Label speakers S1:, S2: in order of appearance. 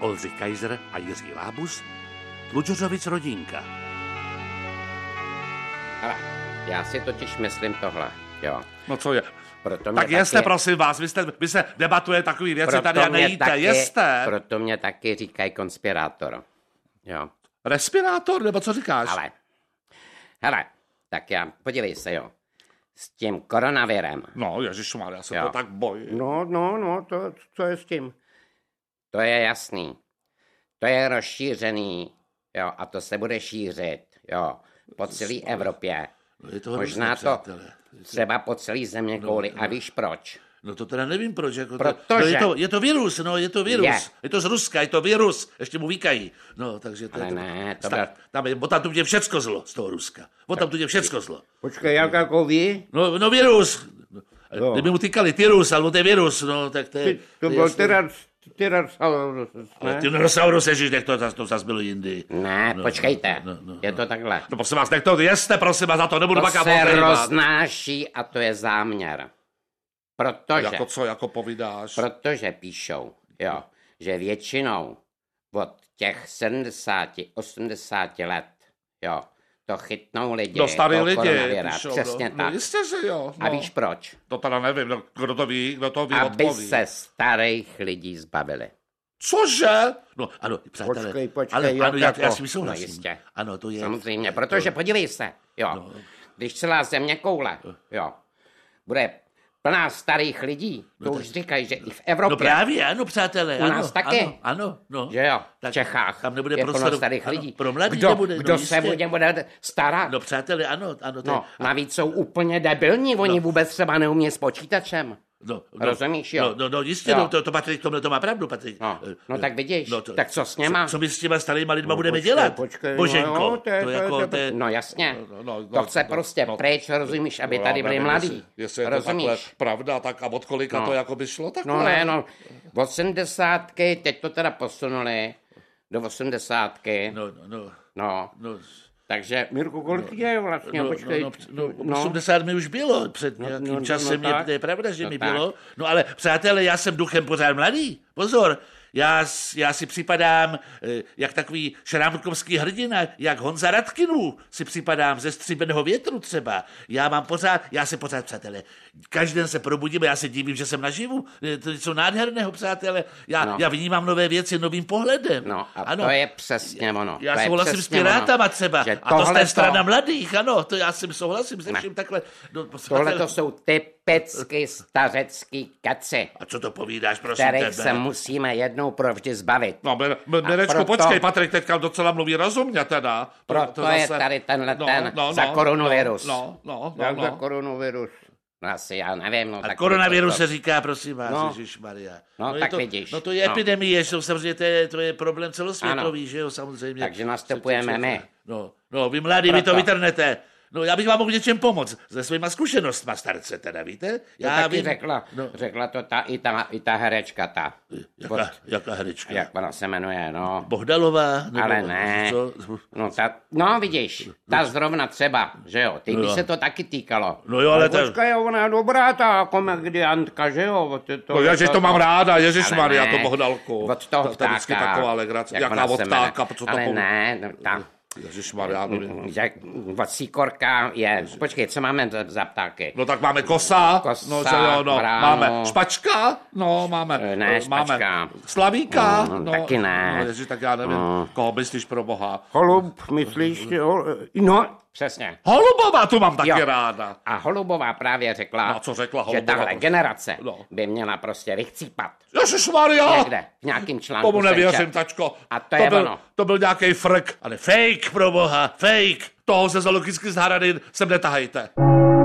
S1: Oldřich Kaiser a Jiří Lábus, Tlučořovic rodinka.
S2: Hele, já si totiž myslím tohle, jo.
S1: No co je?
S2: Proto mě
S1: Tak jeste,
S2: taky,
S1: prosím vás, vy, jste, vy se debatuje takový věci
S2: proto
S1: tady a
S2: mě
S1: nejíte,
S2: taky,
S1: jeste.
S2: Proto mě taky říkají konspirátor. Jo,
S1: Respirátor, nebo co říkáš?
S2: ale... Hele, tak já, podívej se, jo. S tím koronavirem.
S1: No, Ježíš já se
S2: Jo.
S1: to tak bojím.
S2: No, no, no, to, co je s tím? To je jasný. To je rozšířený, jo, a to se bude šířit, jo, po celé Evropě.
S1: No, je to
S2: Možná
S1: hrozné,
S2: to
S1: přátelé.
S2: třeba po celé země kouli. A víš proč?
S1: No to teda nevím proč. Jako To,
S2: Protože-
S1: no, je, to, je to virus, no je to virus.
S2: Je.
S1: Je. je to z Ruska, je to virus, ještě mu víkají. No takže to
S2: Ale
S1: je...
S2: ne, to
S1: Sta-
S2: byl-
S1: tam je, bo tam tu je všecko zlo z toho Ruska. Bo tam tu je všecko zlo.
S2: Počkej, jak jako ví?
S1: No, no virus.
S2: No.
S1: No. Kdyby mu tykali tyrus, alebo to je virus, no tak to je...
S3: To
S1: je
S3: byl
S1: jasný.
S3: tyras, tyras, ale
S1: Ale Tyrannosaurus, ježiš, nech to, zas- to zase bylo jindy.
S2: Ne,
S1: No,
S2: počkejte,
S1: no, no,
S2: je to takhle.
S1: No prosím vás, nech to, jeste, prosím vás, za to nebudu
S2: To
S1: bakat
S2: se roznáší a to je záměr. Protože,
S1: Jako co, jako povídáš?
S2: protože píšou, jo, že většinou od těch 70, 80 let, jo, to chytnou lidi.
S1: No starý
S2: toho
S1: lidi,
S2: koronavira,
S1: píšou,
S2: Přesně
S1: no,
S2: tak.
S1: No, jistě, že jo. No.
S2: A víš proč?
S1: To teda nevím, no, kdo to ví, kdo to ví,
S2: Aby
S1: odpoví.
S2: se starých lidí zbavili.
S1: Cože? No ano, přátelé.
S3: Počkej, počkej,
S1: ale,
S3: jak
S1: ano, já, já
S3: jako?
S1: s tím souhlasím.
S2: No jistě.
S1: Ano, to je.
S2: Samozřejmě,
S1: to- No.
S2: protože podívej se, jo, když celá země koule,
S1: Eh.
S2: jo, bude plná starých lidí, to už říkají, že i v
S1: No
S2: Evropě,
S1: právě, ano, přátelé.
S2: U
S1: ano,
S2: nás taky.
S1: Ano, ano no.
S2: že jo, v
S1: Tak
S2: Čechách
S1: Tam nebude
S2: je plno
S1: prostoru.
S2: starých
S1: ano,
S2: lidí.
S1: Pro mladý
S2: kdo
S1: nebude.
S2: kdo
S1: no,
S2: se
S1: jistě.
S2: bude, bude starat?
S1: No přátelé, ano, ano. To, je-
S2: No, navíc jsou úplně debilní, oni vůbec třeba neumí s počítačem.
S1: no, no,
S2: rozumíš, jo?
S1: No, no, no jistě,
S2: Jo.
S1: no, to, to Patrik, tomhle to má pravdu, Patrik.
S2: No,
S1: Eh,
S2: no
S1: eh,
S2: tak vidíš, tak co s něma?
S1: Co, co my s těma starýma lidma budeme
S3: počkej,
S1: dělat?
S3: počkej, no
S1: Boženko,
S3: jo, to je- to je- to je-
S1: je- jako
S2: No jasně,
S1: No, no, no,
S2: to chce
S1: no,
S2: prostě
S1: no.
S2: pryč, rozumíš, aby
S1: No,
S2: tady
S1: já
S2: byli
S1: nevím,
S2: mladí,
S1: Jestli, jestli je to takhle
S2: rozumíš?
S1: pravda, tak a od kolika
S2: No.
S1: to jako by šlo takhle?
S2: No ne, no, 80, teď to teda posunuli do 80, no,
S1: No, no, no,
S2: no
S1: no,
S2: takže
S3: Mirku, kolik ti je vlastně,
S1: no,
S3: počkej.
S1: no, no, no, 80 mi už bylo před nějakým
S3: no,
S1: časem,
S3: no
S1: je-
S3: tak.
S1: to je pravda, že
S2: No
S1: mi
S2: tak.
S1: bylo. No ale přátelé, já jsem duchem pořád mladý, pozor. Já, s- já si připadám eh, jak takový šrámkovský hrdina, jak Honza Radkinů si připadám ze stříbeného větru třeba. Já mám pořád, já se pořád, přátelé, každý den se probudím a já se divím, že jsem naživu. Je to něco nádherného, přátelé. Já,
S2: No.
S1: no. já vnímám nové věci novým pohledem.
S2: No a ano. to je přesně ono.
S1: Já
S2: to je
S1: souhlasím s
S2: přesně ono.
S1: pirátama třeba.
S2: Že
S1: A to z
S2: tohleto-
S1: té strana mladých, ano, to já si souhlasím se vším takhle. No,
S2: Tohle
S1: přátelé,
S2: to jsou typicky stařecký keci,
S1: A co to povídáš, prosím tebe?
S2: kterých se musíme jednou provždy zbavit.
S1: No, Mir- Mir- Mirečku,
S2: proto-
S1: počkej, Patrik teďka docela mluví rozumně teda.
S2: Proto je tady tenhle ten za koronavirus.
S1: No, no, no,
S3: Jak
S1: no,
S3: za
S1: no.
S3: koronavirus.
S2: No asi já nevím. No,
S1: A
S2: tak
S1: koronavirus
S2: to-
S1: se říká, prosím vás,
S2: No.
S1: no. Maria.
S2: No,
S1: je
S2: tak
S1: to,
S2: vidíš.
S1: No to je
S2: No.
S1: epidemie, jsou samozřejmě, to je, to je problém celosvětový,
S2: Ano.
S1: že jo, samozřejmě.
S2: Takže nastupujeme my.
S1: No, no, vy mladí, vy to
S2: Proto.
S1: vytrhnete. No, já bych vám mohl v něčem pomoct, se svýma zkušenostma, starce, teda, víte? no,
S2: To já taky řekla, řekla to ta, i, ta, i ta herečka, ta,
S1: Jaká, jaká herečka?
S2: jak ona se jmenuje, no.
S1: Bohdalová? Nebo,
S2: Ale ne.
S1: Co?
S2: No, ta, no vidíš, ta zrovna třeba, že jo, ty by
S1: No.
S2: se to taky týkalo.
S1: No jo, ale to...
S3: Počkej, ona je dobrá ta komediantka, že jo? To, to,
S1: No, ježiš, to mám ráda, ježiš
S2: Ale
S1: Maria,
S2: ne,
S1: to Bohdalku.
S2: Od toho
S1: To- to je vždycky
S2: ptáka.
S1: taková legrace,
S2: jak
S1: jaká
S2: ona
S1: od
S2: se jmenuje.
S1: ptáka, co No. to
S2: Ale
S1: poví-
S2: ne, Mm, no, ta,
S1: Ježiš Maria,
S2: jak, od síkorka je, počkej, co máme za, za ptáky?
S1: No tak máme kosa,
S2: Kosa,
S1: no, že jo, no,
S2: bráno.
S1: máme špačka, no máme,
S2: Eh, ne,
S1: eh, máme
S2: špačka.
S1: slavíka,
S2: Mm,
S1: no,
S2: taky ne.
S1: No, ježi, tak já nevím,
S2: Mm.
S1: koho myslíš pro boha.
S3: Holub, myslíš, jo? No,
S2: Přesně.
S1: Holubová, tu mám taky
S2: Jo.
S1: ráda.
S2: A Holubová právě řekla,
S1: No, co řekla
S2: že
S1: Holubová?
S2: tahle generace
S1: No.
S2: by měla prostě vychcípat
S1: Ježiš Maria,
S2: někde v nějakým článku.
S1: tomu
S2: jsem
S1: nevěřím,
S2: četl.
S1: tačko.
S2: A to je
S1: byl,
S2: ono.
S1: To byl nějaký frk, ale fake pro boha, fake. Toho se za logicky z Harady sem netahajte.